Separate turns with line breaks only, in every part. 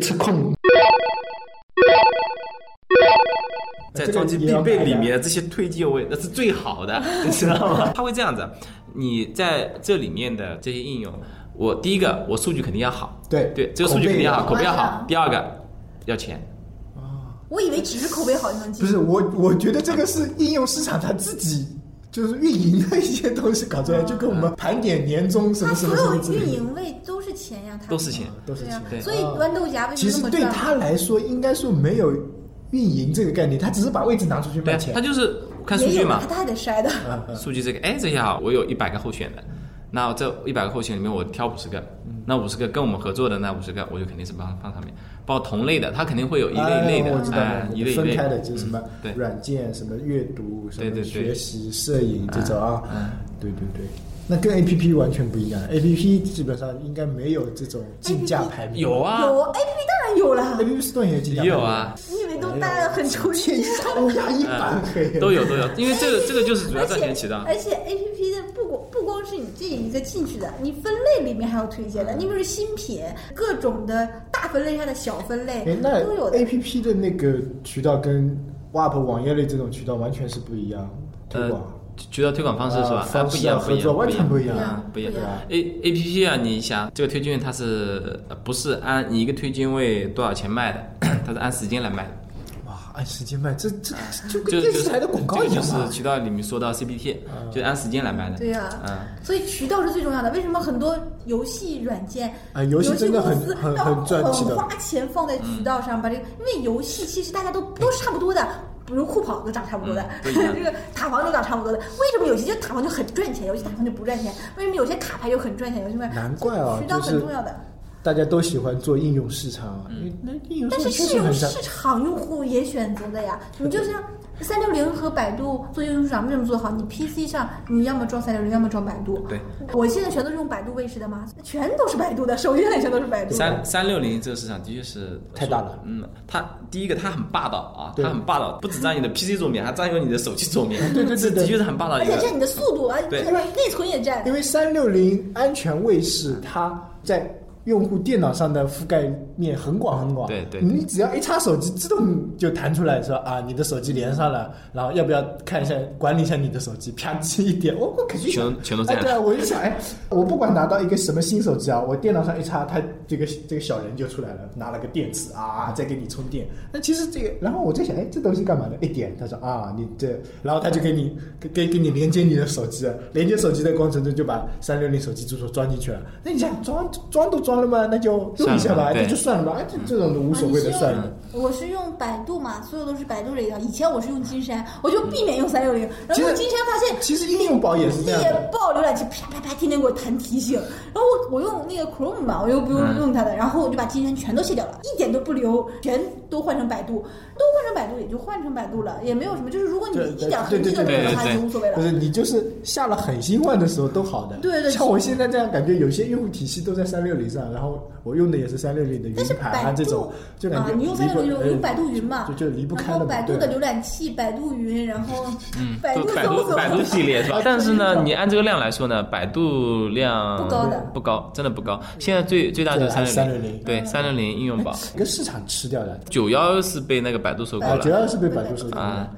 吃空。
在装机必备里面，这些推荐位那是最 好的，你知道吗？它会这样子，你在这里面的这些应用，我第一个我数据肯定要好，
对
对，这个数据肯定要好，
口
口
碑
碑
要
要
好
好。第二个要钱，
我以为只是口碑好就能进，
不是我，我觉得这个是应用市场它自己就是运营的一些东西搞出来，就跟我们盘点年终什
它
么什么
所
什么
有
之
运
类的。
营位都是钱呀，它
都是钱
都是
对呀
钱，
对啊
所以豌豆荚为
其
什
实
么
对
那么
他
赚？
来说，应该说没有运营这个概念，他只是把位置拿出去
对
卖
啊，
钱
它。就是看数
也
据
有
嘛
啊，，它还得筛的。
嗯嗯
数据这个，哎，这下好，我有一百个候选人，那这一百个候选里面我挑五十个，
嗯
那五十个跟我们合作的那五十个，我就肯定是放放上面，包括同类的，它肯定会有一类一类
哎
的
我知，道
哎
了，
一类一
分
类
开
的
的，就是什么
对
软件、什么阅读、什
对
么
对对嗯
学习、摄影这种啊，对对对。那跟 A P P 完全不一样，A P P 基本上应该没有这种竞价排名。
有啊，
有 A P P 当然有啦
A，P P Store 也有竞价
也
排名
有啊，，
你以为都大家很抽
现
象？
金乌鸦一 般黑，
都有都有，因为这 个这个就是主要
而
赚
且
钱起的。
而且 A P P 的不光不光是你这一个进去的，你分类里面还有推荐的，你比如说新品，各种的大分类上的小分类
哎，那
都有的
A。P P 的那个渠道跟 WAP 网页类这种渠道完全是不一样，推
呃
广。，
渠道推广方式是
啊
吧？啊
方
不
式
一样，
啊
不一
合作
样，
完全不
不
一样
不一样
不一
样。
A A P P 啊，你想这个推荐它是呃不是按你一个推荐位多少钱卖的？ 它是按时间来卖的。
哇，按时间卖，这这就
就
跟
就
电视台的广告一样啊
这个就
嘛
是。渠道里面说到 CPT，、
嗯
就按时间来卖的。
对呀、
嗯，
所以渠道是最重要的。为什么很多游戏软件
啊游戏
戏
真的很
公司
很
要
很赚
很
钱的
花钱放在渠道上，把这个，因为游戏其实大家都
嗯
都是差不多的。比如酷跑都长差不多的，
嗯不一样
这个塔防都长差不多的。为什么有些塔防就很赚钱，有些塔防就不赚钱？为什么有些卡牌就很赚钱，有些
难怪啊
渠道
就
很
是
重要的。
大家都喜欢做应用市场啊，因为那应用
嗯但
市
是
场确
是
实
由
很像
市场用户也选择的呀。你就像三六零和百度做应用市场为什么做得好？你 PC 上你要么装三六零，要么装百度。
对，
我现在全都是用百度卫士的吗？全都是百度的，首页上全都是百度。
三三六零这个市场的确是
太大了
嗯，它第一个它很霸道啊，
对
它很霸道，不只占用你的 PC 桌面，还占用你的手机桌面。
对对对
这
对
的确是很霸道
而
的一个
且。占你的速度，而且
对
内存也占
因。为三六零安全卫士，
嗯
它在用户电脑上的覆盖面很广很广。
对对对
你只要一插手机，自动就弹出来说啊，你的手机连上了，然后要不要看一下管理一下你的手机？啪叽一点，哦我我肯定想
全全都这样
哎对啊，我就想，哎，我不管拿到一个什么新手机啊，我电脑上一插，它这个这个小人就出来了，拿了个电池啊，再给你充电。那其实这个，然后我在想，哎，这东西干嘛呢？一点，他说啊，你这，然后他就给你给给给你连接你的手机了，啊连接手机的过程中就把三六零手机助手装进去了。那你想装装都装了嘛，那就用一下吧，
算了
那
对
就算了吧，哎，这这种都无所谓的
啊
算了。
你是用我是用百度嘛，所有都是百度这个。以前我是用金山，我就避免用三六零，然后用金山发现
其实应用宝也是这样的
夜。报浏览器啪啪啪，天天给我弹提醒。然后我我用那个 Chrome 嘛，我又不用
嗯
用它的，然后我就把金山全都卸掉了，一点都不留，全都换成百度，都换成百度也就换成百度了，也没有什么。就是如果你
对
一点
对
痕
对
迹都没
对
有的
对
话，
对
就无所谓
不
了。
是你就是下了狠心换的时候都好的，
对对
像我现在这样，感觉有些用户体系都在三六零上，然后我用的也是三六零的
但
云
是
盘
百
啊这种
度，
就感
啊
觉，
你用三六
离
零
不哎
用用百度云嘛，
就就离不开
然
了
后
嘛。
百度的
对？
浏览器、百度云，然后百
都
度
百
搜
度
索、
百 度系列是吧但是呢，你按这个量来说呢，百度量
不高的
不高，真的不高。现在最最大就是
对
三六
360
零，
嗯
对三六零应用宝，
一个市场吃掉的，
九幺是被那个百度收购
啊，主
嗯
了，
要是被百度收购了
啊。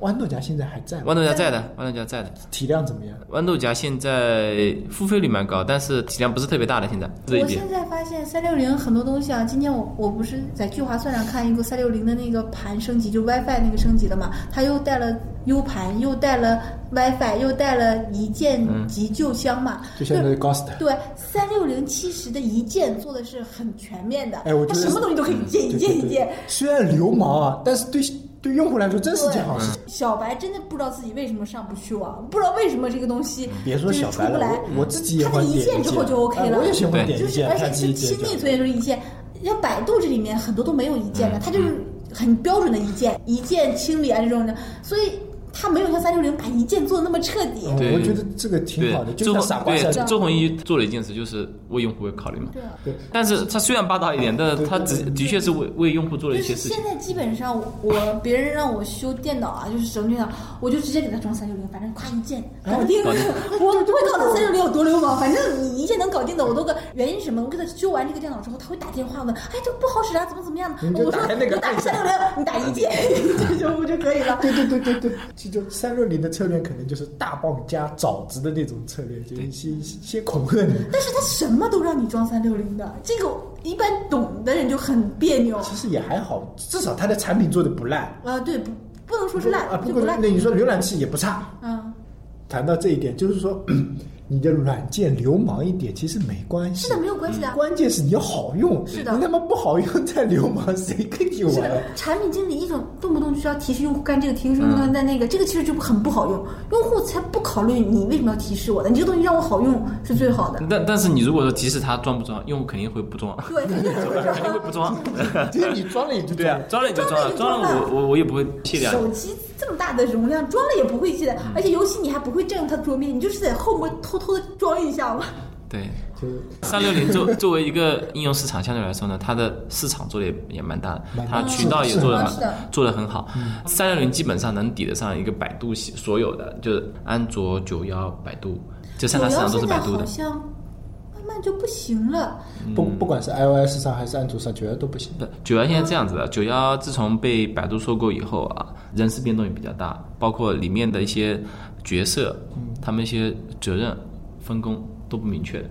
豌豆荚现在还在吗？
豌豆荚在的，豌豆荚在的。
体量怎么样？
豌豆荚现在付费率蛮高，但是体量不是特别大的。现在这一
我
点
现在发现三六零很多东西啊，今天我我不是在聚划算上看一个三六零的那个盘升级，就 WiFi 那个升级了嘛，它又带了 U 盘，又带了 WiFi，又带了一键急救箱嘛，
就像那个 Ghost，
对，三六零七十的一键做的是很全面的，
哎我觉得
它什么东西都可以一键一
对
键
对
一键
对。，虽然流氓啊，但是对对用户来说真是件好事。
嗯小白真的不知道自己为什么上不去网，不知道为什么这个东西
嗯别说
就是
小
出
白
不
了
来，，
我我自己也
它这
会点
一
键
键之后就 OK 了。
哎我也喜欢
对
点
就
一
是
键，
而
它
且
自己
新
点一
新内
键。
存也都是一键，像百度这里面很多都没有一键的，
嗯
它就是很标准的一键一键清理啊这种的，所以它没有像三六零把一键做的那么彻底。
对
嗯我觉得这个挺
对
好的，，就
周
像
鸿
傻瓜下
对周鸿祎做了一件事，就是为用户会考虑嘛。
对啊
对
但是他虽然霸道一点，但是他只的确是为为用户做了
就
一些
是
事情
现。在基本上我，我别人让我修电脑啊，就是
哎
整电脑，我就直接给他装三六零，反正夸一键搞定了。我不会告诉他三六零有多流氓，哦，反正你一键能搞定的我都个原因是什么？我给他修完这个电脑之后，他会打电话问，哎，这不好使啊，怎么怎么样的？
你就
我说
打开那个
我打
按下
三六零，你打一键，这 就不就可以了？
对对对对对，其实三六零的策略可能就是大棒加枣子的那种策略，就是先先恐吓你。
但是他什么都让你装三六零的，这个一般懂的人就很别扭。
其实也还好，至少它的产品做的不烂。
啊，对，不不能说是烂
啊，，不
就
过
不烂
那。你说浏览器也不差。
嗯，
谈到这一点，就是说你的软件流氓一点其实没关系
是。的，没有关系的。啊
关键是你要好用，
是的
你他妈不好用再流氓，谁跟你
是
玩
的
啊？，
产品经理一种动不动就是要提示用户干这个，提示用户
嗯
干那个，这个其实就很不好用。用户才不考虑你为什么要提示我的，你这个东西让我好用是最好的。
但但是你如果说即使它装不装，用户肯定会不装，
对，
肯定会不 装。
其实你装了也就
对啊
装了，，
装了也就装了，装
装了
了
也就装了
我我我也不会卸掉
手机这么大的容量，装了也不会
嗯
记得，而且尤其你还不会占用它的桌面，你就是在后面偷偷的装一下嘛。
对，
就是
三六零作作为一个应用市场，相对来说呢，它的市场做的也也蛮大的
蛮，大
它
的
渠道也做的
是的
蛮做的很好。三六零基本上能抵得上一个百度系所有的，就是安卓、九幺、百度这三大市场都是
九
百
幺现
度
在
的
好。像慢慢就不行了，
不不管是 iOS 上还是安卓上，觉得都不行。
不，九幺现在这样子的，九幺自从被百度收购以后啊，人事变动也比较大，包括里面的一些角色，他们一些责任分工都不明确的，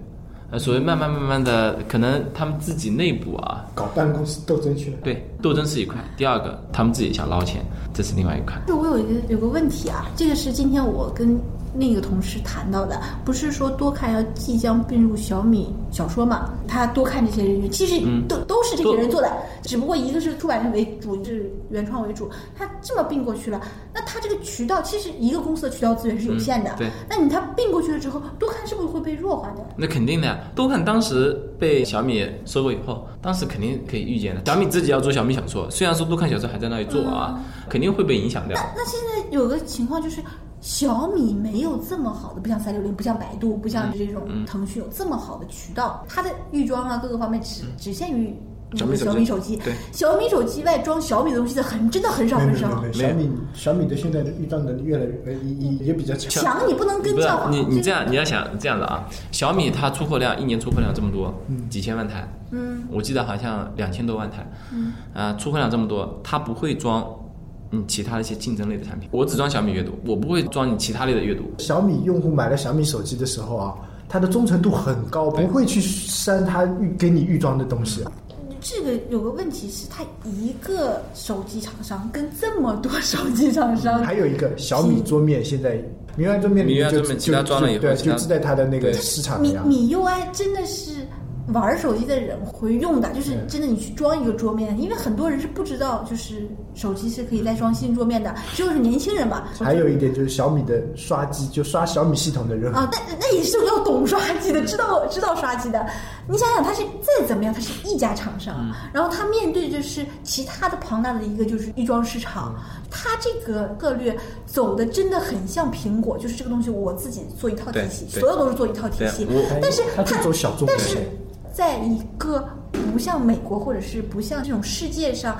呃，所以慢慢慢慢的，可能他们自己内部啊，
搞办公室斗争去了。
对，斗争是一块；第二个，他们自己想捞钱，这是另外一块。
就我有一个有个问题啊，这个是今天我跟另一个同事谈到的，不是说多看要即将并入小米小说嘛？他多看这些人员，其实
嗯
都、都是这些
都
人做的，只不过一个是出版社为主，就是原创为主，他这么并过去了，那他这个渠道其实一个公司的渠道资源是有限的，
嗯对
那你他并过去了之后，多看是不是会被弱化掉？
那肯定的呀，多看当时被小米收购以后，当时肯定可以预见的。小米自己要做小米小说，虽然说多看小说还在那里做
嗯
啊，肯定会被影响掉。
那现在有个情况就是，小米没有这么好的，不像三六零，不像百度，不像这种
嗯
腾讯有这么好的渠道，它的预装啊各个方面只只限于那个
嗯小
小
米
米
手
手
机
机
对，
小米手机外装小米的东西的很真的很少
没有没
很
有
少。
没有，
没
小
有
米小米的现在的预算能力越来越
嗯
也也也比较强。
强你不能跟啊
不是
叫法，
你你
就
这样你要想这样的啊，小米它出货量一年出货量这么多，几千万台，
嗯，
我记得好像两千多万台，嗯，啊，出货量这么多，它不会装你其他的一些竞争类的产品，我只装小米阅读，我不会装你其他类的阅读，
小米用户买了小米手机的时候啊，它的忠诚度很高，不会去删它预给你预装的东西。啊
这个有个问题是，它一个手机厂商跟这么多手机厂商，
还有一个小米桌面，现在米 UI 桌面里
米
面
UI
就
桌
就
面其他装了以后
就对，
其他
就自带它的那个
对
市场
米
量。
米 UI 真的是玩手机的人会用的，就是
对
真的你去装一个桌面，因为很多人是不知道，就是手机是可以再装新桌面的，只有是年轻人嘛。
还有一点就是小米的刷机，就刷小米系统的人，
啊，但那也是要懂刷机的，知道知道刷机的。你想想，它是再怎么样，它是一家厂商，
嗯
然后它面对就是其他的庞大的一个就是预装市场，
嗯
它这个策略走的真的很像苹果，就是这个东西我自己做一套体系，
对对
所有都是做一套体
对啊
系
我。
但是
它就走小众路
但
线
是在一个不像美国或者是不像这种世界上，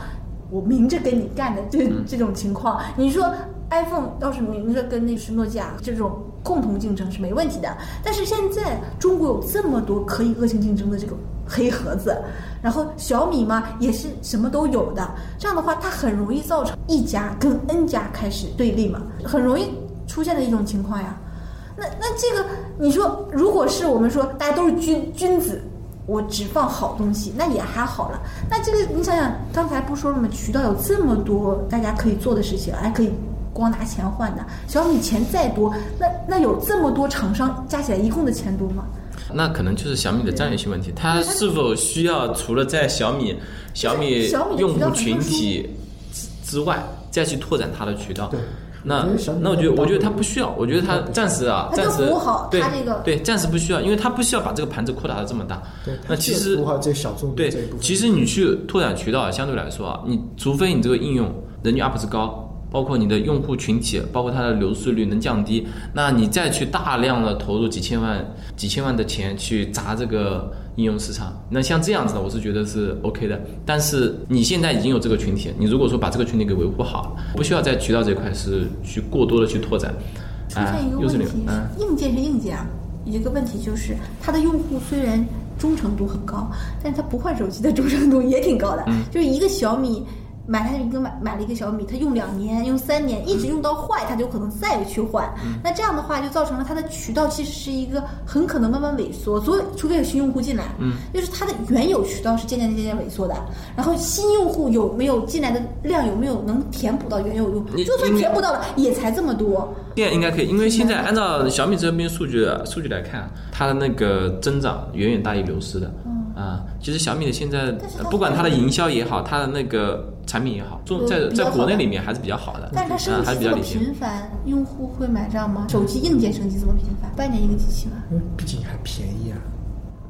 我明着跟你干的这、
嗯
这种情况，你说 iPhone 要是明着跟那是诺基亚这种共同竞争是没问题的，但是现在中国有这么多可以恶性竞争的这种黑盒子，然后小米嘛也是什么都有的，这样的话它很容易造成一家跟 N 家开始对立嘛，很容易出现的一种情况呀。那那这个，你说，如果是我们说大家都是君君子，我只放好东西，那也还好了。那这个你想想，刚才不说了吗？渠道有这么多大家可以做的事情，还可以光拿钱换的。小米钱再多，那那有这么多厂商加起来一共的钱多吗？
那可能就是小米的战略性问题，它是否需要除了在小米小米
小米的
用
渠道
户
很特殊
群体之之外，再去拓展它的渠道
对？
那
我觉得小米
那我觉得
的渠道
我觉得它不需要，我觉得它暂时啊，
它就
暂时
服务好
对
它这个
对暂时不需要，因为它不需要把这个盘子扩大的这么大
对。，
那其实
符合这小众的
对
这一部，分。
其实你去拓展渠道啊，相对来说啊，你除非你这个应用人均 UP 值高，包括你的用户群体，包括它的流失率能降低，那你再去大量的投入几千万、几千万的钱去砸这个应用市场，那像这样子的，我是觉得是 OK 的。但是你现在已经有这个群体，你如果说把这个群体给维护好，不需要在渠道这块是去过多的去拓展。
出
啊
现一个
又
问
是
题
你们，嗯，
硬件是硬件啊，一个问题，就是它的用户虽然忠诚度很高，但它不换手机的忠诚度也挺高的。
嗯
就是一个小米买了一个买买了一个小米，它用两年、用三年，一直用到坏，它就可能再也去换。
嗯
那这样的话，就造成了它的渠道其实是一个很可能慢慢萎缩，所有除非有新用户进来，嗯，就是它的原有渠道是渐渐渐渐萎缩的，然后新用户有没有进来的量有没有能填补到原有用户
你，
就算
你
填补到了，也才这么多。
现在应该可以，因为现在按照小米这边数据数据来看，它的那个增长远远大于流失的。啊，其实小米的现在
嗯
呃
但是它
不管它的营销也好，它的那个产品也好，做
嗯
在
比较
在
好
国内
的
里面还是比较好的，
但是它升
啊还是比
级这
较
么
领先。
频繁，用户会买账吗？手机硬件升级这么频繁，半年一个机器吗？
因为嗯毕竟还便宜啊。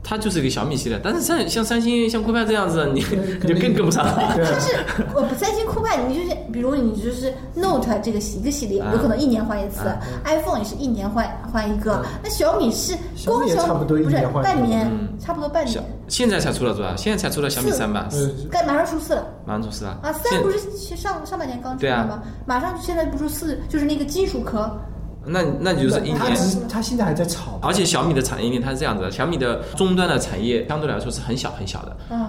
它就是一个小米系列，但是像像三星、像酷派这样子，你 你就更跟不上了。
对，啊
但是我不三星酷派，你就是比如你就是 Note 这个系一个系列，
啊
有可能一年换一次
啊
，iPhone 也是一年换换一个，那小米是
小米
光
也
小
差不多一
不是
年换一个
半年，
嗯
差不多半年
小，现在才出了多少？现在才出了小米
四
三吧，
呃，
该马上出四了。
马上出四了
啊，
现
三不是上上半年刚出
对啊
来吗？马上现在不是四，就是那个金属壳，
那那就是一
他
年
只。是他现在还在炒，
而且小米的产业链它是这样子的，小米的终端的产业相对来说是很小很小的，
嗯，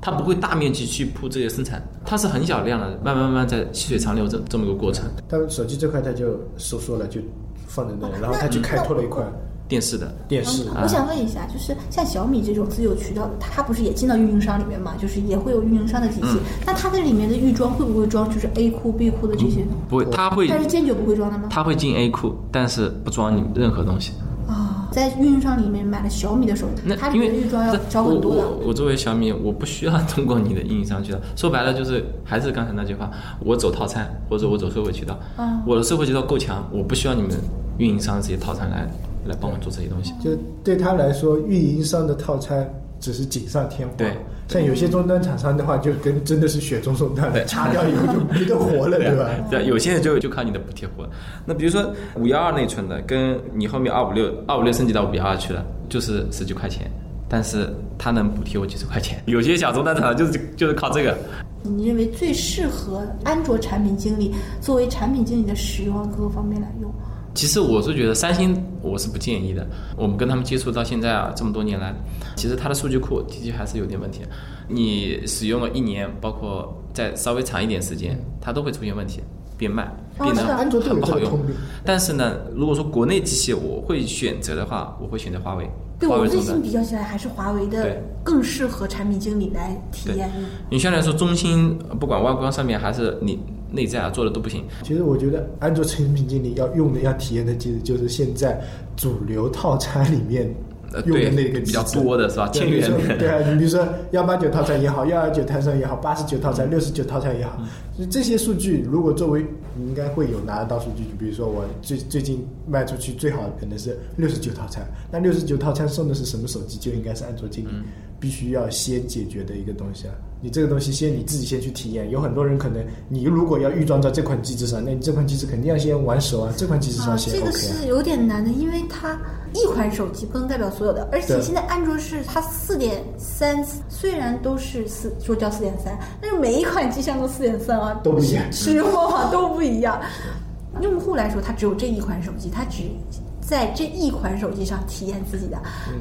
它不会大面积去铺这些生产，它是很小量的，慢慢慢慢在细水长流这这么一个过程。
他手机这块他就收缩了，就放在那
啊
里，然后他去开拓了一块
电视的，
电视。
嗯我想问一下，就是像小米这种自有渠道，它它不是也进到运营商里面嘛？就是也会有运营商的体
嗯
系，那它这里面的预装会不会装就是 A 库、B 库的这些？
不会，它会
它是坚决不会装的吗？
它会进 A 库，但是不装你任何东西。
啊，在运营商里面买了小米的手机
那，
它里
因为
面的预装要
这
找很多
我
的。
我我作为小米，我不需要通过你的运营商渠道。说白了就是还是刚才那句话，我走套餐或者我走社会渠道。
嗯
我的社会渠道够强，我不需要你们运营商这些套餐来来帮我做这些东西。
就对他来说，运营商的套餐只是锦上添花。
对
像有些终端厂商的话，就跟真的是雪中送炭了，掐掉以后就没得活 了，对吧？
对，有些人就就靠你的补贴活。那比如说五幺二内存的，跟你后面二五六二五六升级到五幺二去了，就是十几块钱，但是它能补贴我几十块钱。有些小终端厂就是就是靠这个。
你认为最适合安卓产品经理作为产品经理的使用啊各个方面来用？
其实我是觉得三星我是不建议的。我们跟他们接触到现在啊，这么多年来，其实它的数据库的确还是有点问题。你使用了一年，包括再稍微长一点时间，它都会出现问题，变慢，
哦
变得
是
很
啊
安卓都有
不
这
好
个
用
通病。
但是呢，如果说国内机器我会选择的话，我会选择华为，
对
华
我
为
最
终
近
端。
比较起来，还是华为的
对
更适合产品经理来体验用。
你虽然说中兴呃不管外观上面还是你内在啊做的都不行，
其实我觉得安卓产品经理要用的、要体验的，其实就是现在主流套餐里面
呃，
用
对
的那个
比较
机制
多的是吧
对
千元
比如说对啊，你比如说幺八九套餐也好，幺二九套餐也好，八十九套餐、六十九套餐也好，就这些数据如果作为你应该会有拿得到数据，就比如说我最最近卖出去最好的可能是六十九套餐，那六十九套餐送的是什么手机，就应该是安卓经理必须要先解决的一个东西啊。你这个东西先你自己先去体验，有很多人可能你如果要预装到这款机制上，那你这款机制肯定要先玩熟啊，这款机制上
啊，
先
这
OK
个
啊。
是有点难的，因为它一款手机不能代表所有的，而且
对
现在安卓是它四点三，虽然都是四说叫四点三，但是每一款机箱都四点三啊，
都不一样
使使用方法都不一样。用户来说，他只有这一款手机，他只在这一款手机上体验自己的。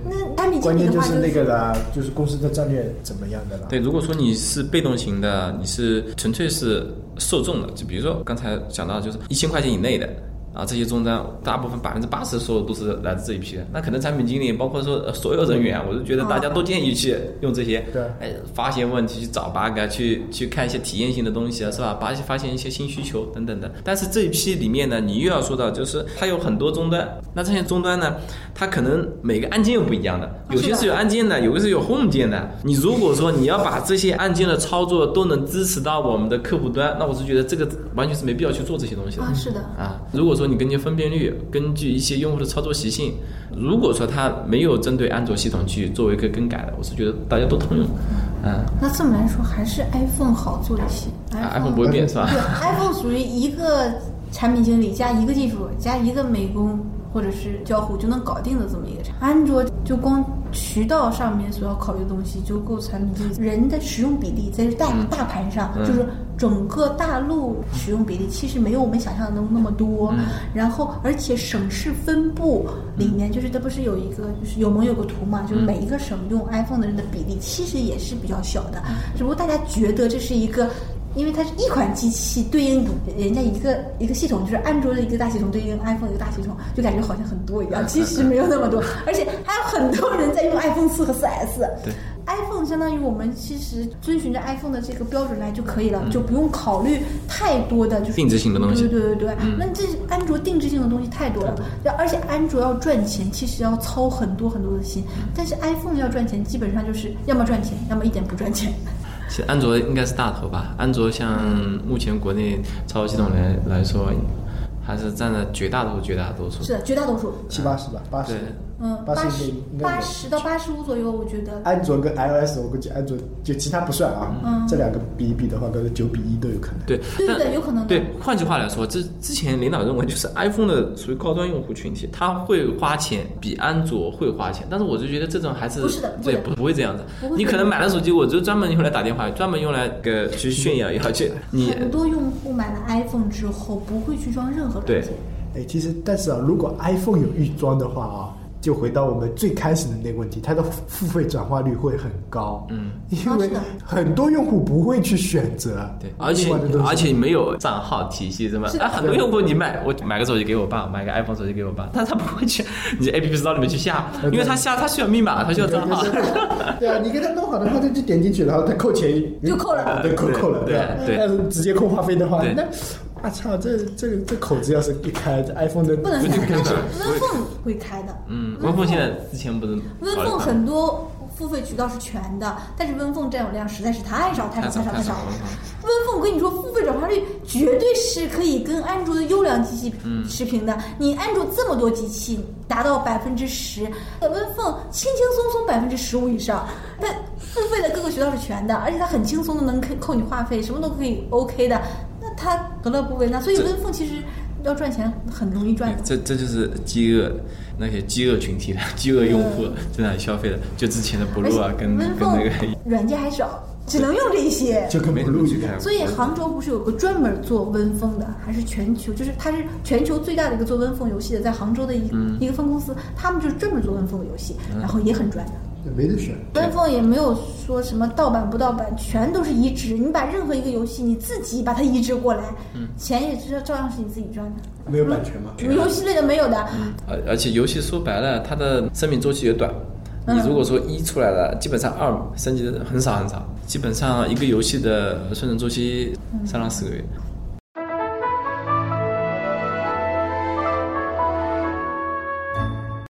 那产品经
嗯关
理
键
的
就
话
是那
是
个啦，就是公司的战略怎么样的啦。
对，如果说你是被动型的，你是纯粹是受众的，就比如说刚才讲到，就是一千块钱以内的啊，这些终端大部分百分之八十收入都是来自这一批的。那可能产品经理，包括说呃所有人员，我就觉得大家都建议去用这些，
对
哎，发现问题去找 bug 啊，去去看一些体验性的东西啊，是吧？发现发现一些新需求等等的。但是这一批里面呢，你又要说到，就是它有很多终端，那这些终端呢，它可能每个按键又不一样的，有些是有按键的，有的是有 home 键的。你如果说你要把这些按键的操作都能支持到我们的客户端，那我是觉得这个完全是没必要去做这些东西的。
啊，是的，
啊，如果说你根据分辨率，根据一些用户的操作习性，如果说它没有针对安卓系统去作为一个更改的，我是觉得大家都通用。嗯
那这么来说，还是 iPhone 好做一些。
啊，iPhone 不会变是吧？
对，iPhone 属于一个产品经理加一个技术加一个美工或者是交互就能搞定的这么一个产品。安卓就光渠道上面所要考虑的东西就够产品经理人的使用比例在这大、大盘上，
嗯
就是整个大陆使用比例其实没有我们想象的那么多。然后，而且省市分布里面，就是它不是有一个就是有盟有个图嘛，就是每一个省用 iPhone 的人的比例其实也是比较小的，只不过大家觉得这是一个。因为它是一款机器对应人家一个一个系统，就是安卓的一个大系统对应 iPhone 一个大系统，就感觉好像很多一 样，其实没有那么多，而且还有很多人在用 iPhone 四和四 S。
对
iPhone 相当于我们其实遵循着 iPhone 的这个标准来就可以了，就不用考虑太多的就是
嗯定制性的东西嗯
对对对对，那这安卓定制性的东西太多了，而且安卓要赚钱，其实要操很多很多的心，
嗯
但是 iPhone 要赚钱，基本上就是要么赚钱，要么一点不赚钱。
其实安卓应该是大头吧？安卓像目前国内操作系统来来说，还是占了绝大多数绝大多数
是。的，绝大多数，
七八十吧，八十
对，
嗯，
八
八
十
十
应该
八
有。
十到八十五左右，我觉得。
安卓跟 iOS，我估计安卓就其他不算啊，
嗯
这两个比一比的话，可能九比一都有可能。
对
对对
但
对有可能的
对，换句话来说，这之前领导认为就是 iPhone 的属于高端用户群体，他会花钱，比安卓会花钱。但是我就觉得这种还是
不是的不
对
会的
不不会这样子
不会。
你可能买了手机，我就专门用来打电话，专门用来给去炫耀一下去。你
很多用户买了 iPhone 之后不会去装任何软件
对，
哎，其实但是啊，如果 iPhone 有预装的话啊，就回到我们最开始的那个问题，它的付费转化率会很高。嗯，因为
哦是的
很多用户不会去选择
对，
另外
而且
的东西
而且没有账号体系，什么
是？的
啊，很多用户你买我买个手机给我爸，买个 iPhone 手机给我爸，但他不会去你 A P P 到里面去下，
对
因为他下他需要密码，他需要
对
账 号。
对对啊，你给他弄好的话，他就点进去，然后他扣钱啊
就扣了
对，扣
对
扣了，吧
对对
但是直接扣话费的话
对，
那啊操，这这这口子要是一开这，iPhone 的
不能
不
开
是，
但
不
是
是
WinPhone 会开的。
嗯，温凤现在之前不是搞了一
WinPhone
款
很多付费渠道是全的，但是 WinPhone 占有量实在是太少太少太少太少了。WinPhone 我跟你说，付费转化率绝对是可以跟安卓的优良机器持平的。你安卓这么多机器达到百分之十，WinPhone 轻轻松松百分之十五以上。但付费的各个渠道是全的，而且它很轻松的能扣扣你话费，什么都可以 OK 的。那它何乐不为呢？所以
这
WinPhone 其实要赚钱很容易赚的。
哎这这就是饥饿那些饥饿群体的 饥饿用户在那里消费的，就之前的 blue 啊，跟跟那个
WinPhone 软件还少，只能用这些。
就跟
没
不
怎么
录
去
一样
看。
所以杭州不是有个专门做 WinPhone 的，还是全球，就是它是全球最大的一个做 WinPhone 游戏的，在杭州的一、一个分公司，他们就是专门做 WinPhone 的游戏，然后也很赚的。
没得选。
WinPhone 也没有说什么盗版不盗版，全都是移植。你把任何一个游戏你自己把它移植过来，钱也是照样是你自己赚的。
没有版权吗？
什么游戏类的没有的，
而而且游戏说白了，它的生命周期也短。你如果说一出来了，基本上二升级的很少很少，基本上一个游戏的生存周期三到四个月。